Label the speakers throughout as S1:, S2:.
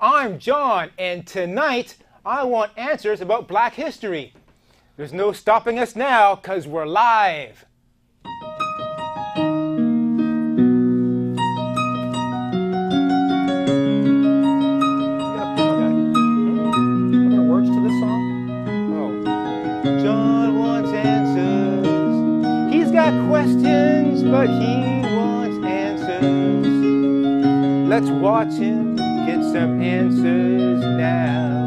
S1: I'm John, and tonight I want answers about black history. There's no stopping us now because we're live.
S2: Are there words to this song?
S1: Oh. John wants answers. He's got questions, but he wants answers. Let's watch him get some answers now.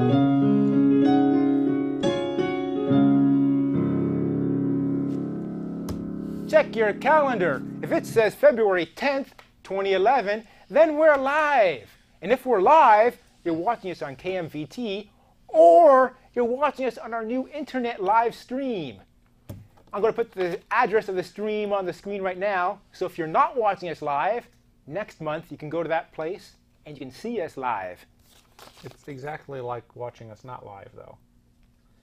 S1: Check your calendar. If it says February 10th, 2011, then we're live. And if we're live, you're watching us on KMVT or you're watching us on our new internet live stream. I'm going to put the address of the stream on the screen right now. So if you're not watching us live, next month you can go to that place and you can see us live.
S2: It's exactly like watching us not live, though.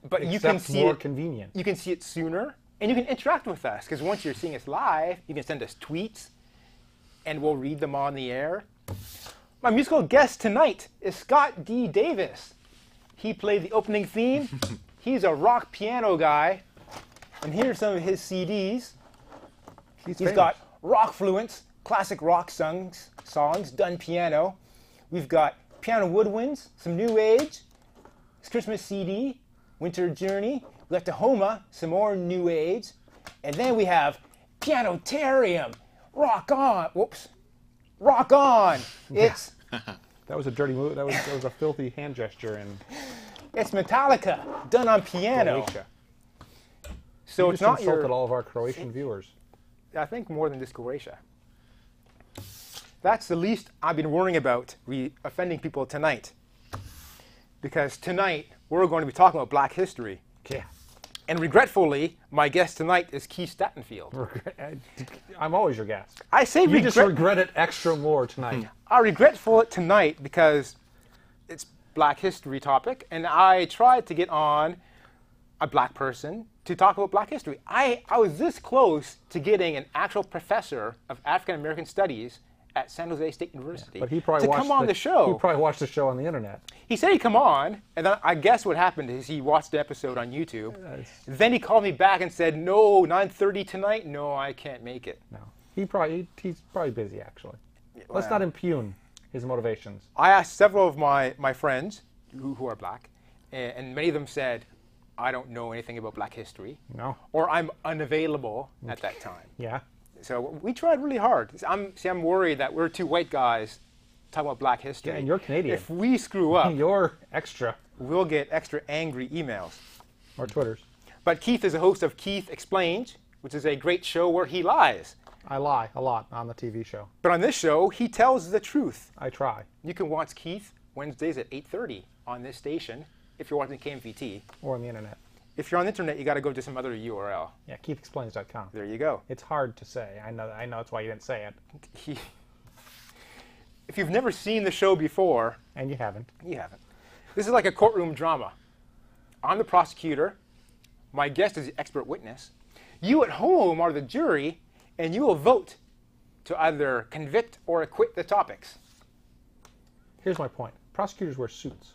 S1: But you
S2: Except
S1: can see
S2: more
S1: it,
S2: convenient.
S1: you can see it sooner and you can interact with us because once you're seeing us live, you can send us tweets and we'll read them on the air. My musical guest tonight is Scott D. Davis. He played the opening theme. He's a rock piano guy. And here's some of his CDs.
S2: He's
S1: He's got rock fluence, classic rock songs, songs done piano. We've got piano woodwinds, some new age, his Christmas CD, Winter Journey. We got Tahoma, some more new age, and then we have Pianotarium. Rock on! Whoops, rock on! It's
S2: That was a dirty move. That was, that was a filthy hand gesture in
S1: it's Metallica done on piano.
S2: Croatia.
S1: So
S2: You
S1: it's
S2: just
S1: not
S2: insulted
S1: your.
S2: all of our Croatian viewers.
S1: I think more than just Croatia. That's the least I've been worrying about re- offending people tonight. Because tonight we're going to be talking about black history.
S2: Yeah.
S1: And regretfully, my guest tonight is Keith Statenfield.
S2: I'm always your guest.
S1: I say
S2: You just
S1: regret-
S2: regret it extra more tonight.
S1: I regretful it tonight because it's black history topic and I tried to get on a black person to talk about black history. I, I was this close to getting an actual professor of African American studies at San Jose State University
S2: But he probably
S1: Hmm. to
S2: watched
S1: come on the, show.
S2: He probably watched the show on the internet.
S1: He said he'd come on, and then I guess what happened is he watched the episode on YouTube. Then he called me back and said, "No, 9:30 tonight. No, I can't make it."
S2: No. He probably he's probably busy actually. Let's not impugn his motivations.
S1: I asked several of my, my friends who, who are black, and, and many of them said, I don't know anything about black history,
S2: No.
S1: or I'm unavailable at that time.
S2: Yeah.
S1: So we tried really hard. I'm, see, I'm worried that we're two white guys talking about black history.
S2: and you're Canadian.
S1: If we screw up,
S2: You're extra.
S1: we'll get extra angry emails.
S2: Or Twitters.
S1: But Keith is a host of Keith Explained, which is a great show where he lies.
S2: I lie a lot on the TV show.
S1: But on this show, he tells the truth.
S2: I try.
S1: You can watch Keith Wednesdays at 8.30 on this station if you're watching KMVT.
S2: Or on the internet.
S1: If you're on the internet, you got to go to some other URL.
S2: Yeah, KeithExplains.com.
S1: There you go.
S2: It's hard to say. I know. I know. That's why you didn't say it,
S1: He, if you've never seen the show before,
S2: and you haven't.
S1: you haven't. This is like a courtroom drama. I'm the prosecutor. My guest is the expert witness. You at home are the jury, and you will vote to either convict or acquit the topics.
S2: Here's my point. Prosecutors wear suits.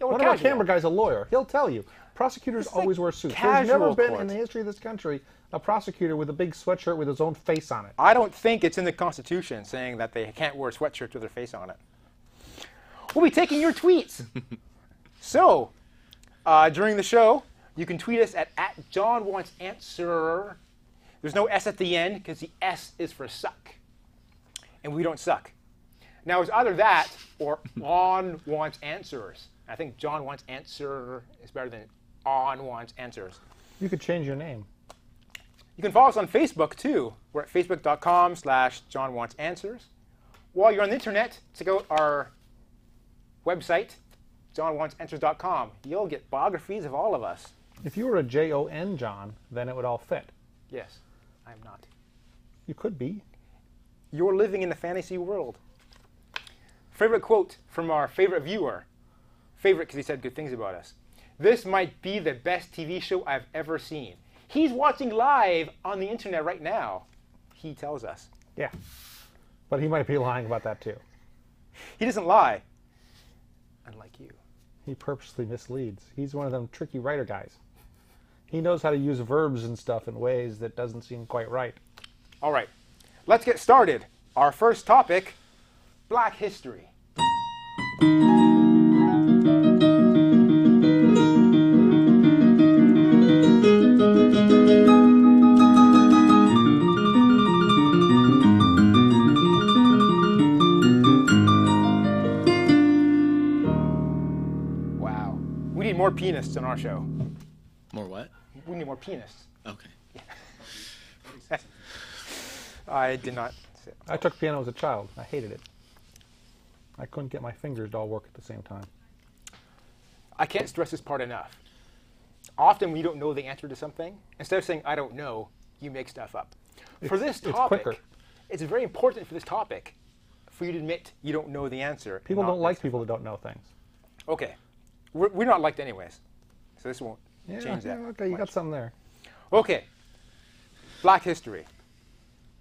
S1: No,
S2: One of
S1: casual.
S2: our camera guys, a lawyer, he'll tell you. Prosecutors
S1: like
S2: always wear suits. There's never
S1: casual
S2: been
S1: court.
S2: in the history of this country a prosecutor with a big sweatshirt with his own face on it.
S1: I don't think it's in the Constitution saying that they can't wear sweatshirts with their face on it. We'll be taking your tweets. so, uh, during the show, you can tweet us at, at John Wants Answer. There's no S at the end because the S is for suck. And we don't suck. Now, it's either that or On Wants Answers. I think John Wants Answer is better than On Wants Answers.
S2: You could change your name.
S1: You can follow us on Facebook too. We're at facebook.com slash John Wants Answers. While you're on the internet, check out our website, johnwantsanswers.com. You'll get biographies of all of us.
S2: If you were a J O N John, then it would all fit.
S1: Yes, I'm not.
S2: You could be.
S1: You're living in a fantasy world. Favorite quote from our favorite viewer. Favorite because he said good things about us. This might be the best TV show I've ever seen. He's watching live on the internet right now. He tells us.
S2: Yeah. But he might be lying about that too.
S1: He doesn't lie. Unlike you.
S2: He purposely misleads. He's one of them tricky writer guys. He knows how to use verbs and stuff in ways that doesn't seem quite right.
S1: All right, let's get started. Our first topic Black history. Wow. We need more pianists on our show.
S3: More what?
S1: We need more pianists.
S3: Okay.
S1: I did not.
S2: I took piano as a child. I hated it. I couldn't get my fingers to all work at the same time.
S1: I can't stress this part enough. Often when you don't know the answer to something, instead of saying I don't know, you make stuff up. for this
S2: it's
S1: topic,
S2: quicker.
S1: it's very important for this topic for you to admit you don't know the answer. and
S2: People
S1: not
S2: don't
S1: make
S2: like people that don't know things.
S1: Okay. We're, we're not liked anyways. So this won't change that.
S2: yeah, okay, you got something there.
S1: Okay. Black history.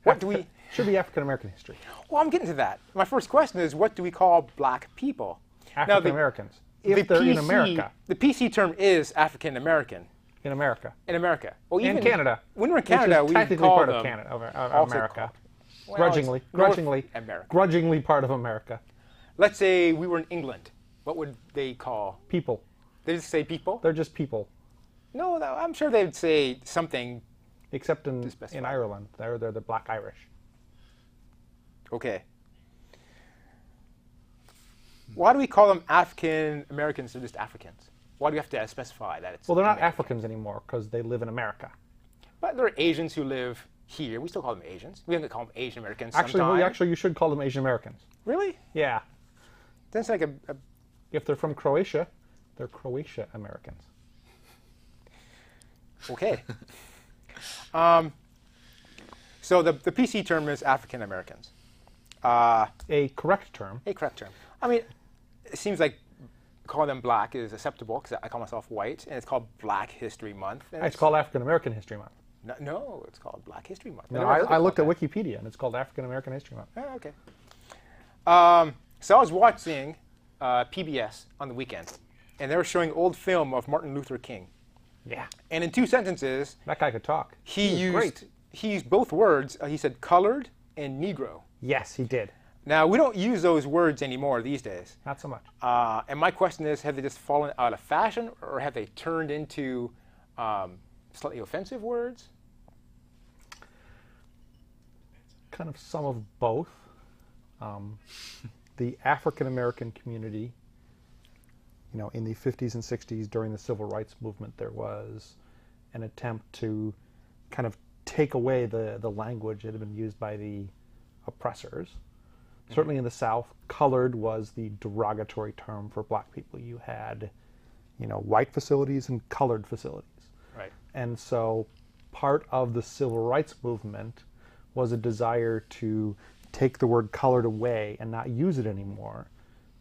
S1: What do we.
S2: Should be African American history.
S1: Well, I'm getting to that. My first question is what do we call black people? Now,
S2: African
S1: the-
S2: Americans. If they're in America.
S1: The PC term is African American
S2: In America.
S1: in America. Well,
S2: In
S1: even
S2: Canada.
S1: When we're in
S2: which is
S1: Canada, we
S2: technically
S1: call
S2: part
S1: them
S2: of Canada, of, of
S1: also
S2: America.
S1: Well, it's
S2: grudgingly,
S1: North
S2: grudgingly,
S1: America.
S2: grudgingly part of America.
S1: Let's say we were in England. What would they call?
S2: People.
S1: They just say people.
S2: They're just people.
S1: No, no, I'm sure they'd say something.
S2: Except in,
S1: specify.
S2: in Ireland, they're, they're the Black Irish.
S1: Okay. Why do we call them African Americans or just Africans? Why do you have to specify that it's?
S2: Well, they're not
S1: American?
S2: Africans anymore because they live in America.
S1: But there are Asians who live here. We still call them Asians. We haven't call them Asian Americans.
S2: Actually, well,
S1: sometime.
S2: actually, you should call them Asian Americans.
S1: really?
S2: Yeah.
S1: That's like a, a
S2: If they're from Croatia, they're Croatia Americans.
S1: Okay. um, so the, the PC term is African Americans.
S2: A correct term.
S1: A correct term. I mean, it seems like calling them black is acceptable because I call myself white, and it's called Black History Month. and
S2: It's called African American History Month.
S1: no, no, it's called Black History Month.
S2: No, I, I looked at Wikipedia and it's called African American History Month.
S1: Oh, okay. Um, so I was watching uh, PBS on the weekend, and they were showing old film of Martin Luther King.
S2: Yeah.
S1: And in two sentences,
S2: That guy could talk.
S1: he,
S2: was
S1: used
S2: great.
S1: he used both words. Uh, he said colored and Negro.
S2: Yes, he did.
S1: Now, we don't use those words anymore these days.
S2: Not so much.
S1: Uh, and my question is have they just fallen out of fashion or have they turned into um, slightly offensive words?
S2: kind of some of both. Um, the African American community, you know, in the 50s and 60s during the civil rights movement, there was an attempt to kind of take away the, the language that had been used by the oppressors. Certainly in the South, colored was the derogatory term for black people. You had, you know, white facilities and colored facilities.
S1: Right.
S2: And so part of the civil rights movement was a desire to take the word colored away and not use it anymore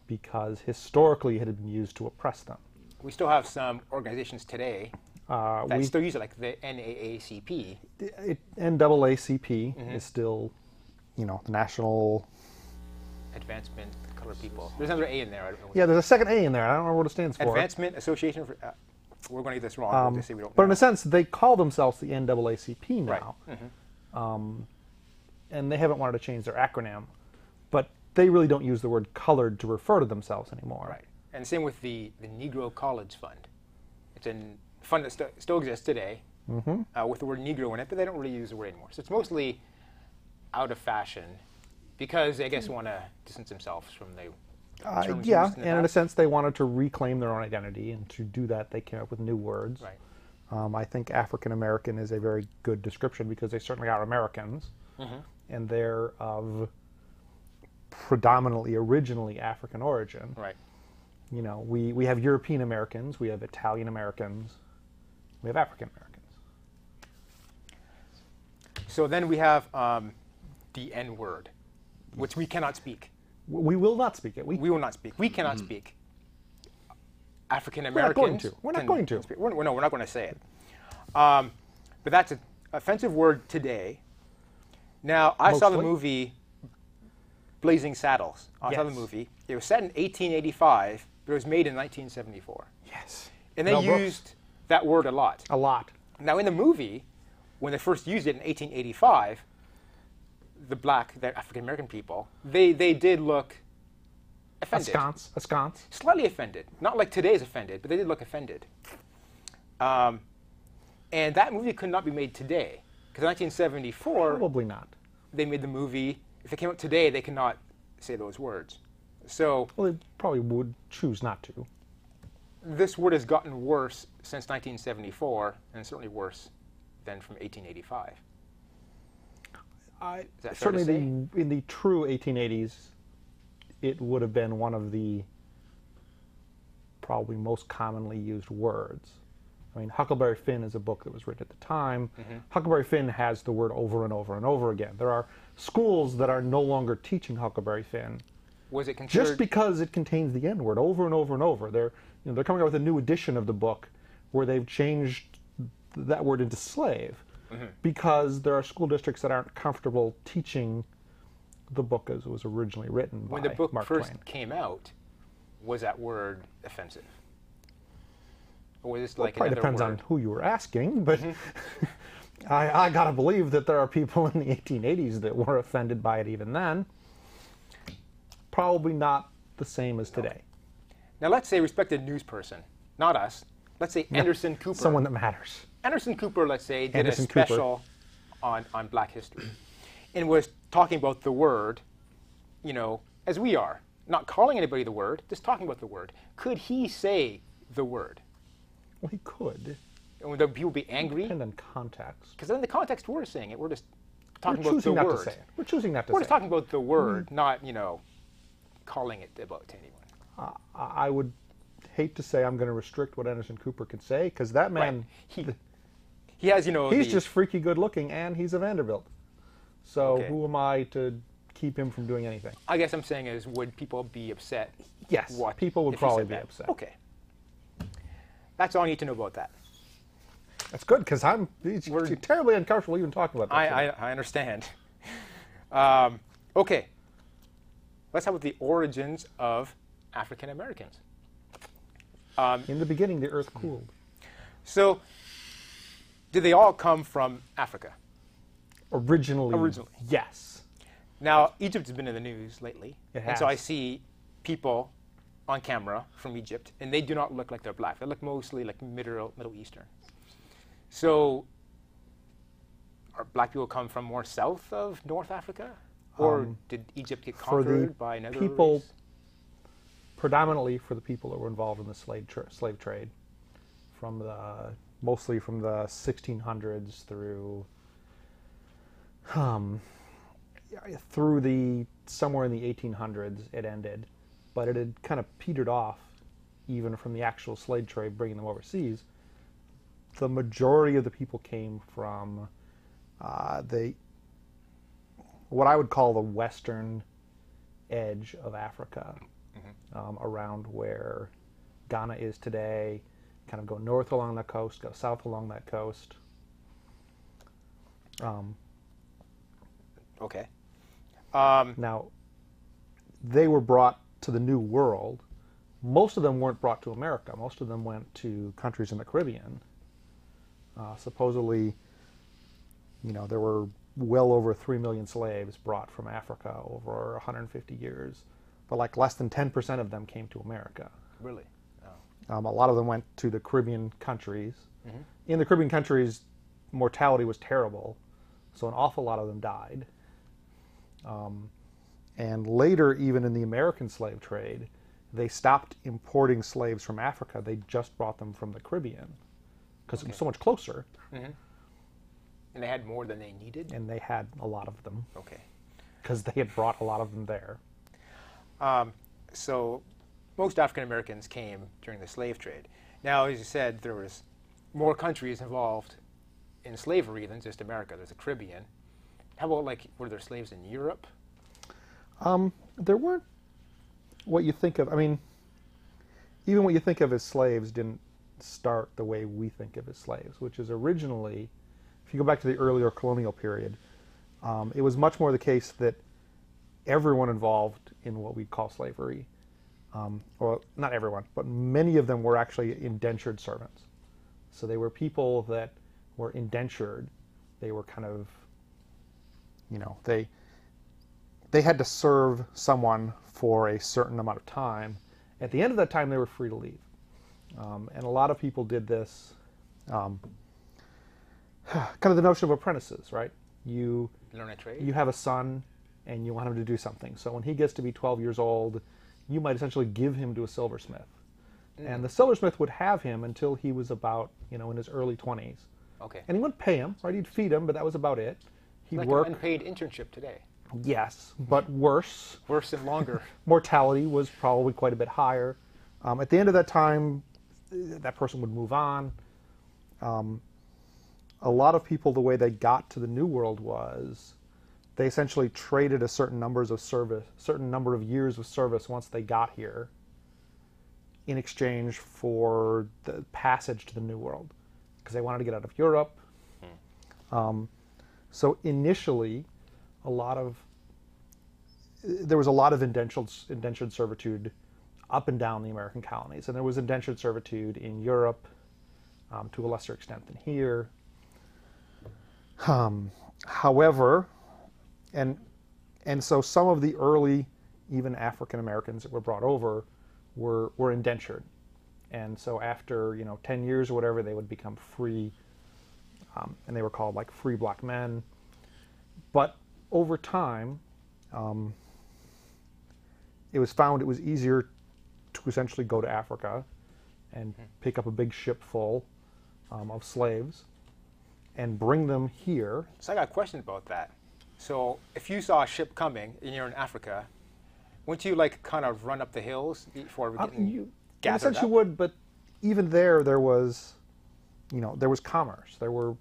S2: because historically it had been used to oppress them.
S1: We still have some organizations today
S2: Uh,
S1: that
S2: we,
S1: still use it, like the NAACP.
S2: it, NAACP
S1: Mm-hmm.
S2: is still, you know, the national.
S1: Advancement for Colored People. There's another A in there. I don't know. what-
S2: Yeah, there's a second A in there. I don't remember what it stands for.
S1: Advancement Association for. Uh, we're going to get this wrong. we'll just say we don't
S2: Um, But
S1: know.
S2: in a sense, they call themselves the NAACP now,
S1: Right. Mm-hmm.
S2: um, and they haven't wanted to change their acronym. But they really don't use the word "colored" to refer to themselves anymore.
S1: Right. And same with the, the Negro College Fund. It's a fund that st- still exists today uh, with the word Negro in it, but they don't really use the word anymore. So it's mostly out of fashion because I guess want to distance themselves from the.
S2: Uh,
S1: terms
S2: yeah,
S1: used in
S2: and
S1: the
S2: in a
S1: past.
S2: sense, they wanted to reclaim their own identity, and to do that, they came up with new words.
S1: Right.
S2: Um, I think African American is a very good description because they certainly are Americans,
S1: Mm-hmm.
S2: and they're of predominantly originally African origin.
S1: Right.
S2: you know, we, we have European Americans, we have Italian Americans, we have African Americans.
S1: So then we have um, the N word, which we cannot speak.
S2: W- We will not speak it. We,
S1: We will not speak. We cannot speak. African
S2: not
S1: Americans.
S2: going to. Mm-hmm. We're not
S1: can-
S2: going to.
S1: can speak- We're, we're- no, we're not going to say it. Um, but that's an offensive word today. Now, I saw the
S2: Mostly.
S1: movie Blazing Saddles. I saw the
S2: Yes.
S1: movie. It was set in 1885 but it was made in 1974.
S2: Yes.
S1: And they
S2: Mel Brooks.
S1: used that word a lot.
S2: A lot.
S1: Now, in the movie, when they first used it in 1885, the black, the African American people, they, they did look
S2: A
S1: offended.
S2: sconce. A sconce.
S1: Slightly offended. Not like today's offended, but they did look offended. Um, and that movie could not be made today. Because in 1974,
S2: Probably not.
S1: they made the movie. If it came out today, they could not say those words. So
S2: Well, they probably would choose not to.
S1: this word has gotten worse since 1974, and certainly worse than from 1885.
S2: I,
S1: that fair to
S2: certainly, the, in the true 1880s, it would have been one of the probably most commonly used words. I mean, Huckleberry Finn is a book that was written at the time.
S1: Mm-hmm.
S2: Huckleberry Finn has the word over and over and over again. There are schools that are no longer teaching Huckleberry Finn
S1: Was it considered?
S2: just because it contains the N word over and over and over. They're you know they're coming out with a new edition of the book where they've changed that word into slave
S1: Mm-hmm.
S2: because there are school districts that aren't comfortable teaching the book as it was originally written
S1: when
S2: by
S1: the book
S2: Mark
S1: first
S2: Twain.
S1: came out, was that word offensive? Or was this like
S2: Probably
S1: another
S2: depends on
S1: word? Mm-hmm.
S2: who you were asking, but I, I gotta believe that there are people in the 1880s that were offended by it even then. Probably not the same as today.
S1: Now let's say respected news person, not us. Let's say Anderson Cooper.
S2: Someone that matters.
S1: Anderson Cooper, let's say, did
S2: Anderson
S1: a
S2: Cooper.
S1: special on, on black history and was talking about the word, you know, as we are, not calling anybody the word, just talking about the word. Could he say the word?
S2: Well, he could.
S1: And would the people be angry?
S2: depend on context.
S1: Because in the context we're saying it, we're just talking
S2: We're
S1: about the
S2: choosing not
S1: word.
S2: to say it. Mm-hmm. We're choosing not to
S1: We're
S2: say
S1: just talking about the word, not, you know, calling it about to anyone.
S2: it. I I would hate to say I'm going to restrict what Anderson Cooper can say because that man,
S1: He, he has, you know,
S2: he's
S1: the-
S2: just freaky good looking and he's a Vanderbilt. So
S1: Okay.
S2: who am I to keep him from doing anything?
S1: I guess I'm saying is, would people be upset?
S2: Yes,
S1: what-
S2: people would
S1: if he said
S2: probably be
S1: that?
S2: upset.
S1: Okay. That's all I need to know about that.
S2: That's good because I'm it's
S1: We're-
S2: terribly uncomfortable even talking about that.
S1: I,
S2: shit.
S1: I, I understand. Um, okay. Let's talk about the origins of African Americans.
S2: In the beginning, the earth cooled.
S1: So, did they all come from Africa?
S2: Originally,
S1: Originally.
S2: yes.
S1: Now, Egypt has been in the news lately.
S2: It
S1: And so I
S2: has.
S1: see people on camera from Egypt, and they do not look like they're black. They look mostly like Middle, Middle Eastern. So, are black people come from more south of North Africa? Or did Egypt get
S2: Um, for the
S1: conquered by another
S2: people,
S1: race?
S2: predominantly for the people that were involved in the slave, tra- slave trade, from the mostly from the 1600s through um, yeah, through the somewhere in the 1800s it ended, but it had kind of petered off even from the actual slave trade bringing them overseas. The majority of the people came from uh, the what I would call the western edge of Africa, um, around where Ghana is today. Kind of go north along that coast, go south along that coast. Um,
S1: Okay. Um,
S2: now, they were brought to the New World. Most of them weren't brought to America. Most of them went to countries in the Caribbean. Uh, supposedly, you know, there were well over 3 million slaves brought from Africa over 150 years, but like less than 10% of them came to America.
S1: really? Oh.
S2: Um, a lot of them went to the Caribbean countries. In the Caribbean countries, mortality was terrible, so an awful lot of them died. Um, and later, even in the American slave trade, they stopped importing slaves from Africa. They just brought them from the Caribbean because it was so much closer,
S1: And they had more than they needed?
S2: and they had a lot of them
S1: Okay.
S2: because they had brought a lot of them there.
S1: Um, so most African Americans came during the slave trade. Now, as you said, there was more countries involved in slavery than just America. There's the Caribbean. How about like were there slaves in Europe?
S2: there weren't what you think of. I mean, even what you think of as slaves didn't start the way we think of as slaves, which is originally, if you go back to the earlier colonial period, um, it was much more the case that everyone involved in what we call slavery um, well, not everyone, but many of them were actually indentured servants. So they were people that were indentured. They were kind of, you know, they they had to serve someone for a certain amount of time. At the end of that time, they were free to leave. Um, and a lot of people did this, um, kind of the notion of apprentices, right? You
S1: Learn a trade.
S2: you have a son and you want him to do something. So when he gets to be 12 years old, you might essentially give him to a silversmith. And the silversmith would have him until he was about, you know, in his early 20s.
S1: okay.
S2: And he wouldn't pay him, right? He'd feed him, but that was about it. He'd
S1: like
S2: work,
S1: an unpaid internship today.
S2: yes, but worse.
S1: Worse and longer.
S2: Mortality was probably quite a bit higher. Um, at the end of that time, eh, that person would move on. Um, a lot of people, the way they got to the New World was they essentially traded a certain numbers of service, certain number of years of service once they got here, in exchange for the passage to the New World, because they wanted to get out of Europe. Um, so initially, a lot of there was a lot of indentured indentured servitude up and down the American colonies, and there was indentured servitude in Europe um, to a lesser extent than here. Um, however, and and so some of the early even African Americans that were brought over were were indentured, and so after you know ten years or whatever, they would become free, um, and they were called like free black men. But over time, it was found it was easier to essentially go to Africa and pick up a big ship full um, of slaves and bring them here.
S1: So I got questions about that. So if you saw a ship coming and you're in Africa, wouldn't you like kind of run up the hills before
S2: Uh,
S1: getting
S2: you, in a
S1: gathered
S2: sense, you
S1: up?
S2: would, but even there, there was, you know, there was commerce. There were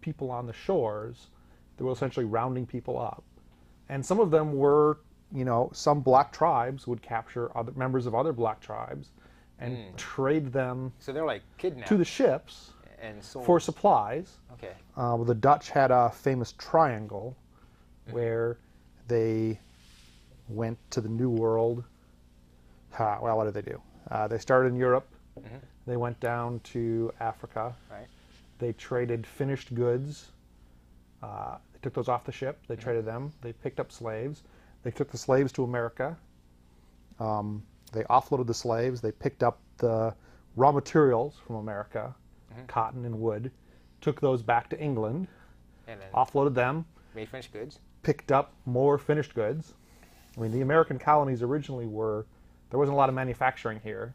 S2: people on the shores that were essentially rounding people up, and some of them were, you know, some black tribes would capture other members of other black tribes and trade them
S1: So they're like kidnapped
S2: to the ships
S1: and sold.
S2: for supplies.
S1: okay.
S2: Uh, well, the Dutch had a famous triangle where they went to the New World. Ha, well, what did they do? Uh, they started in Europe. They went down to Africa.
S1: Right.
S2: They traded finished goods. Uh, they took those off the ship. They traded them. They picked up slaves. They took the slaves to America. Um, they offloaded the slaves. They picked up the raw materials from America, cotton and wood. Took those back to England.
S1: And then
S2: Offloaded them.
S1: made finished goods.
S2: Picked up more finished goods. I mean, the American colonies originally were there wasn't a lot of manufacturing here.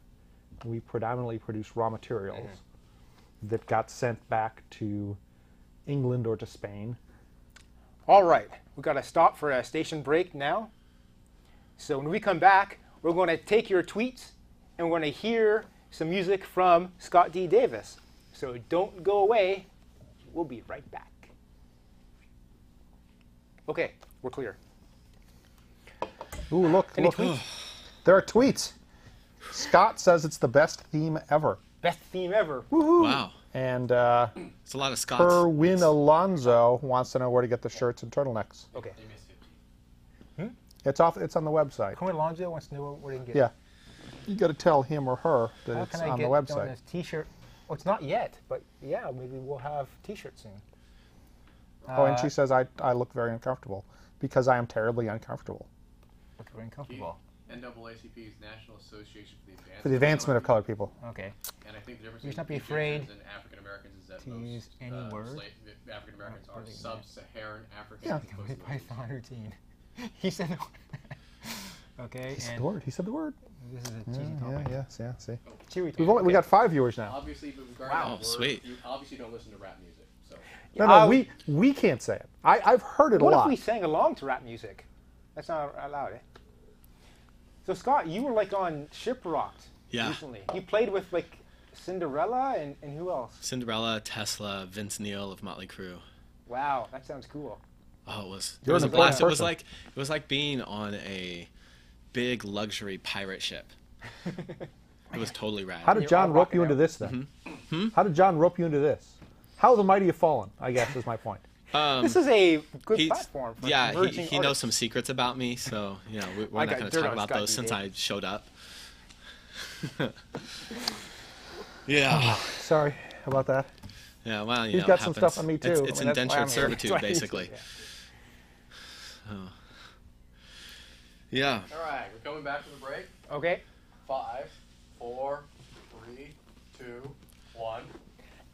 S2: We predominantly produced raw materials that got sent back to England or to Spain.
S1: All right, we got to stop for a station break now. So when we come back, we're going to take your tweets and we're going to hear some music from Scott D. Davis. So don't go away. We'll be right back. Okay, we're clear.
S2: Ooh, look,
S1: Any
S2: look.
S1: tweets?
S2: There are tweets. Scott says it's the best theme ever.
S1: Best theme ever.
S3: Wow.
S2: And uh,
S3: It's a lot of Scots.
S2: Perwin Alonzo wants to know where to get the shirts and turtlenecks.
S1: Okay.
S2: It's off. It's on the website.
S1: Cohen Lonzo wants to know where they can get
S2: Yeah, you got to tell him or her that it's on the website.
S1: T-shirt? Well, it's not yet, but yeah, maybe we'll have T-shirts soon.
S2: oh, and she says I, I look very uncomfortable because I am terribly uncomfortable
S1: Looking very
S4: NAACP is National Association for the Advancement,
S2: for the advancement of colored people.
S1: Okay.
S4: And I think the difference
S1: You should not
S4: between
S1: be afraid
S4: Egyptians and African Americans is that
S1: to
S4: most
S1: use any
S4: uh,
S1: word.
S4: African Americans are
S1: believe it.
S4: sub-Saharan African.
S2: Yeah.
S4: as opposed to those
S1: Python routine. he said. okay.
S2: He said
S1: and
S2: the word. He said the word.
S1: This is a cheesy
S2: Yeah,
S1: topic.
S2: yeah, yeah. See,
S1: Cheery
S2: we've only, we got five viewers
S1: Uh,
S2: now.
S4: Obviously, but regarding
S3: Wow,
S4: the word,
S3: sweet.
S4: you obviously don't listen to rap music. So
S2: No, no,
S1: Uh,
S2: we we can't say it. I I've heard it a
S1: What
S2: lot.
S1: if we sang along to rap music? That's not allowed. Eh? So Scott, you were like on Shiprocked
S3: Yeah.
S1: recently. You played with like Cinderella and, and who else?
S3: Cinderella, Tesla, Vince Neil of Motley Crue.
S1: Wow, that sounds cool.
S3: Oh, it was.
S2: You're
S3: it was
S2: an
S3: a
S2: important
S3: blast. It was
S2: person.
S3: like it was like being on a big luxury pirate ship. it was totally rad.
S2: How did
S1: You're all
S2: John rope
S1: rocking
S2: you into
S1: out.
S2: this then? How did John rope you into this? How the mighty have fallen, I guess, is my point.
S1: this is a good
S3: He's-
S1: platform. For
S3: Um, yeah, he,
S1: emerging
S3: he knows
S1: artists.
S3: some secrets about me, so you know we,
S1: I
S3: we're
S1: got
S3: not going
S1: dirt
S3: to talk
S1: on
S3: about
S1: Scott
S3: those since
S1: Dudek.
S3: I showed up. yeah.
S2: Sorry about that.
S3: Yeah, well, you
S2: He's
S3: know,
S2: got
S3: it
S2: some stuff
S3: happens.
S2: on me,
S3: It's,
S2: too.
S3: it's
S2: I mean, that's why I'm
S3: indentured
S2: here.
S3: servitude,
S1: That's why I need to-
S3: basically. Oh. Yeah.
S4: All right, we're coming back from the break.
S1: Okay.
S4: Five, four, three, two, one.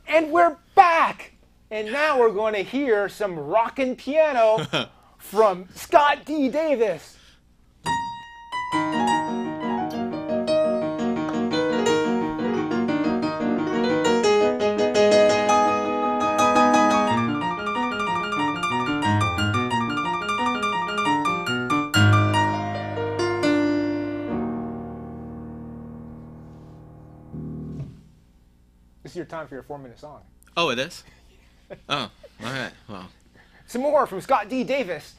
S1: And we're back! And now we're going to hear some rockin' piano from Scott D. Davis. This is your time for your four minute song.
S3: Oh, it is. Oh, all right. Well,
S1: Some more from Scott D. Davis.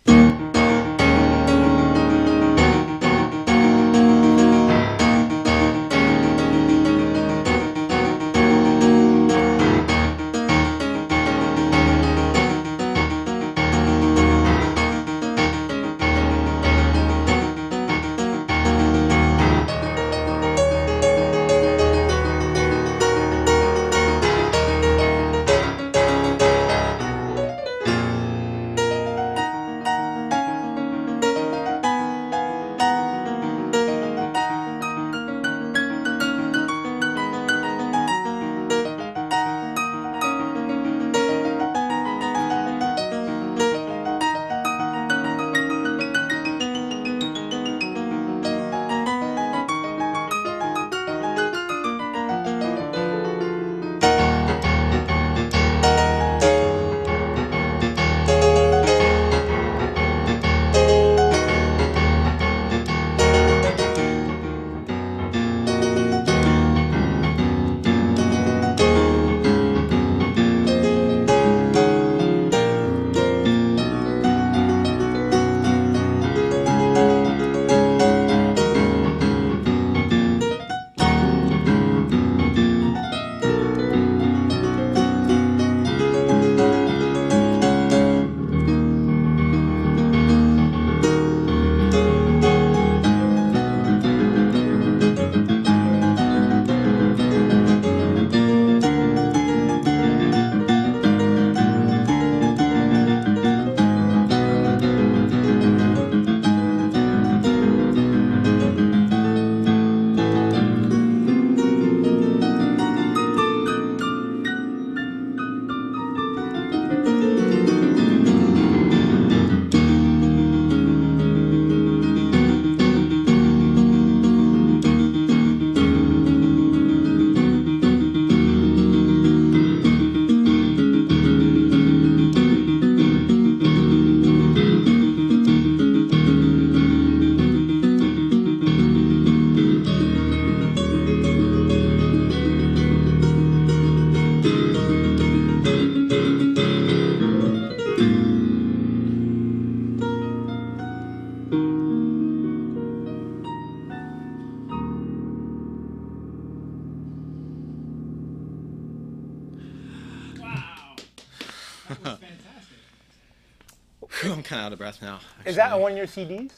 S3: Phew, I'm kind of out of breath now.
S1: Is that
S3: actually.
S1: on one of your CDs?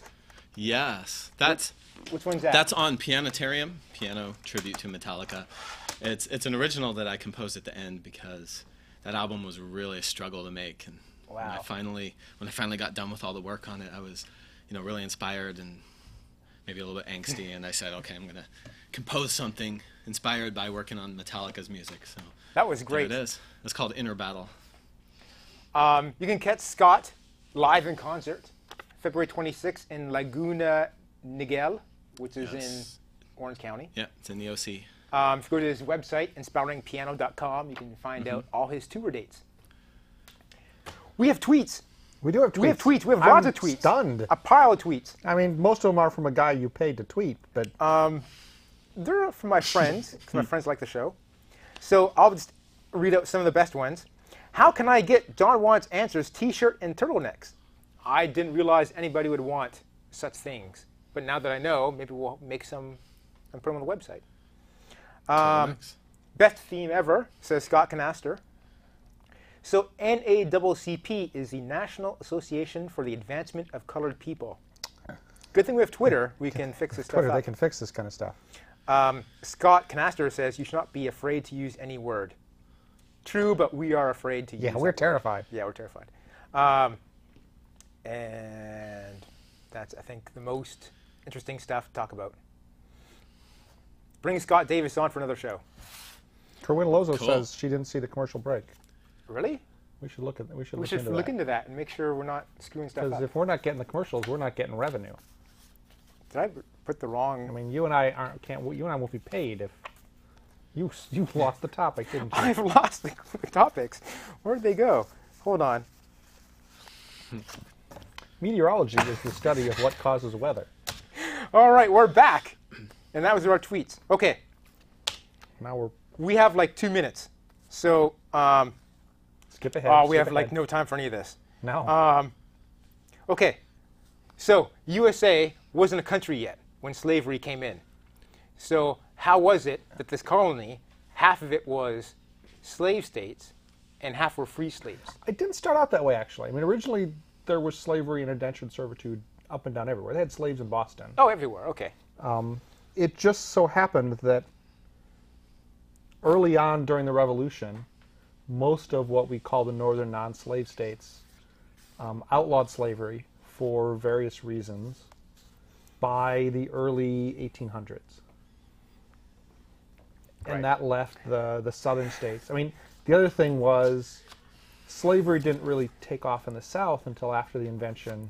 S3: Yes, that's
S1: Which one's that?
S3: that's on Pianetarium, piano tribute to Metallica. It's it's an original that I composed at the end because that album was really a struggle to make, and when I
S1: Wow.
S3: finally when I finally got done with all the work on it, I was, you know, really inspired and maybe a little bit angsty, and I said, okay, I'm gonna compose something inspired by working on Metallica's music. So
S1: that was
S3: there
S1: great.
S3: it is. It's called Inner Battle.
S1: Um, you can catch Scott live in concert February 26th in Laguna Niguel, which is
S3: Yes.
S1: in Orange County.
S3: Yeah, it's in the OC.
S1: Um, if you go to his website, inspiringpiano.com, you can find
S3: Mm-hmm.
S1: out all his tour dates. We have tweets.
S2: We do have tweets.
S1: We have tweets. We have lots
S2: I'm
S1: of tweets. Uh,
S2: Stunned.
S1: A pile of tweets.
S2: I mean, most of them are from a guy you paid to tweet, but
S1: Uh, They're from my friends, 'cause my friends like the show. So I'll just read out some of the best ones. How can I get John Wants Answers t shirt and turtlenecks? I didn't realize anybody would want such things. But now that I know, maybe we'll make some and put them on the website. Um,
S3: Turtlenecks.
S1: Best theme ever, says Scott Canaster. So NAACP is the National Association for the Advancement of Colored People. Good thing we have Twitter. We can fix this
S2: Twitter,
S1: stuff
S2: they
S1: up.
S2: can fix this kind of stuff.
S1: Um, Scott Canaster says you should not be afraid to use any word. True, but we are afraid to use.
S2: Yeah, we're
S1: that word.
S2: terrified.
S1: Yeah, we're terrified. Um, and that's, I think, the most interesting stuff to talk about. Bring Scott Davis on for another show.
S2: Kerwin Lozo
S3: Cool.
S2: says she didn't see the commercial break.
S1: Really?
S2: We should look at. We should
S1: We
S2: look
S1: should
S2: into
S1: look
S2: that.
S1: into that and make sure we're not screwing stuff
S2: Because
S1: up.
S2: if we're not getting the commercials, we're not getting revenue.
S1: Did I put the
S2: I
S1: wrong?
S2: mean, you and I aren't. Can't. You and I won't be paid if you you lost the topic, didn't you?
S1: I've lost the, the topics. Where'd they go? Hold on.
S2: Meteorology is the study of what causes weather.
S1: All right, we're back, and that was our tweets. Okay,
S2: Now we're
S1: we have like two minutes, so um,
S2: skip ahead.
S1: uh, we
S2: skip
S1: have like uh,
S2: ahead.
S1: no time for any of this.
S2: No.
S1: Okay, so USA wasn't a country yet when slavery came in. So, how was it that this colony, half of it was slave states and half were free slaves?
S2: it didn't start out that way actually. I mean, originally there was slavery and indentured servitude up and down everywhere. They had slaves in Boston.
S1: Oh, everywhere, okay.
S2: It just so happened that early on during the Revolution, most of what we call the northern non-slave states um, outlawed slavery for various reasons by the early 1800s.
S1: Right.
S2: And that left the, the southern states. I mean, the other thing was slavery didn't really take off in the South until after the invention,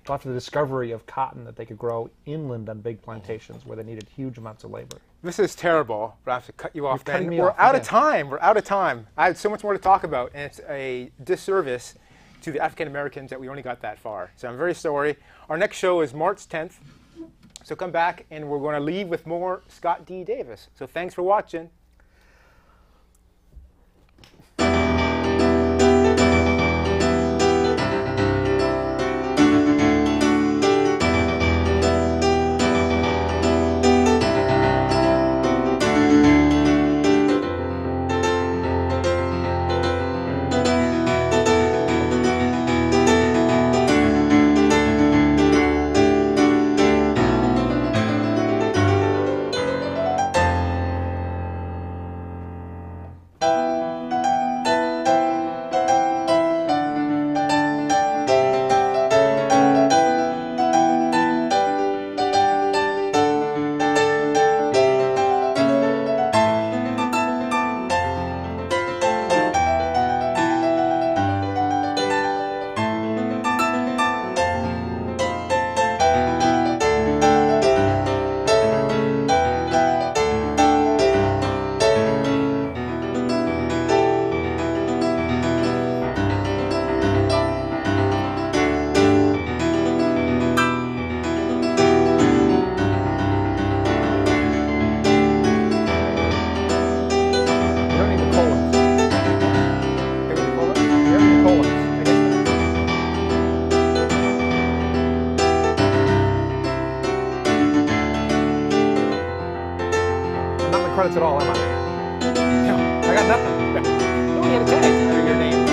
S2: until after the discovery of cotton that they could grow inland on big plantations where they needed huge amounts of labor.
S1: This is terrible, but I have to cut you off.
S2: cutting
S1: Then
S2: me
S1: we're
S2: off
S1: out of
S2: again.
S1: time. We're out of time. I had so much more to talk about, and it's a disservice to the African Americans that we only got that far. So I'm very sorry. Our next show is March 10th, so come back, and we're going to leave with more Scott D. Davis. So thanks for watching.
S2: You don't need the colons.
S1: Can we call it?
S2: You don't need the colons.
S1: I guess not.
S2: I'm not in the credits at all, am I?
S1: No,
S2: I got nothing.
S1: no, we had a tag under your name.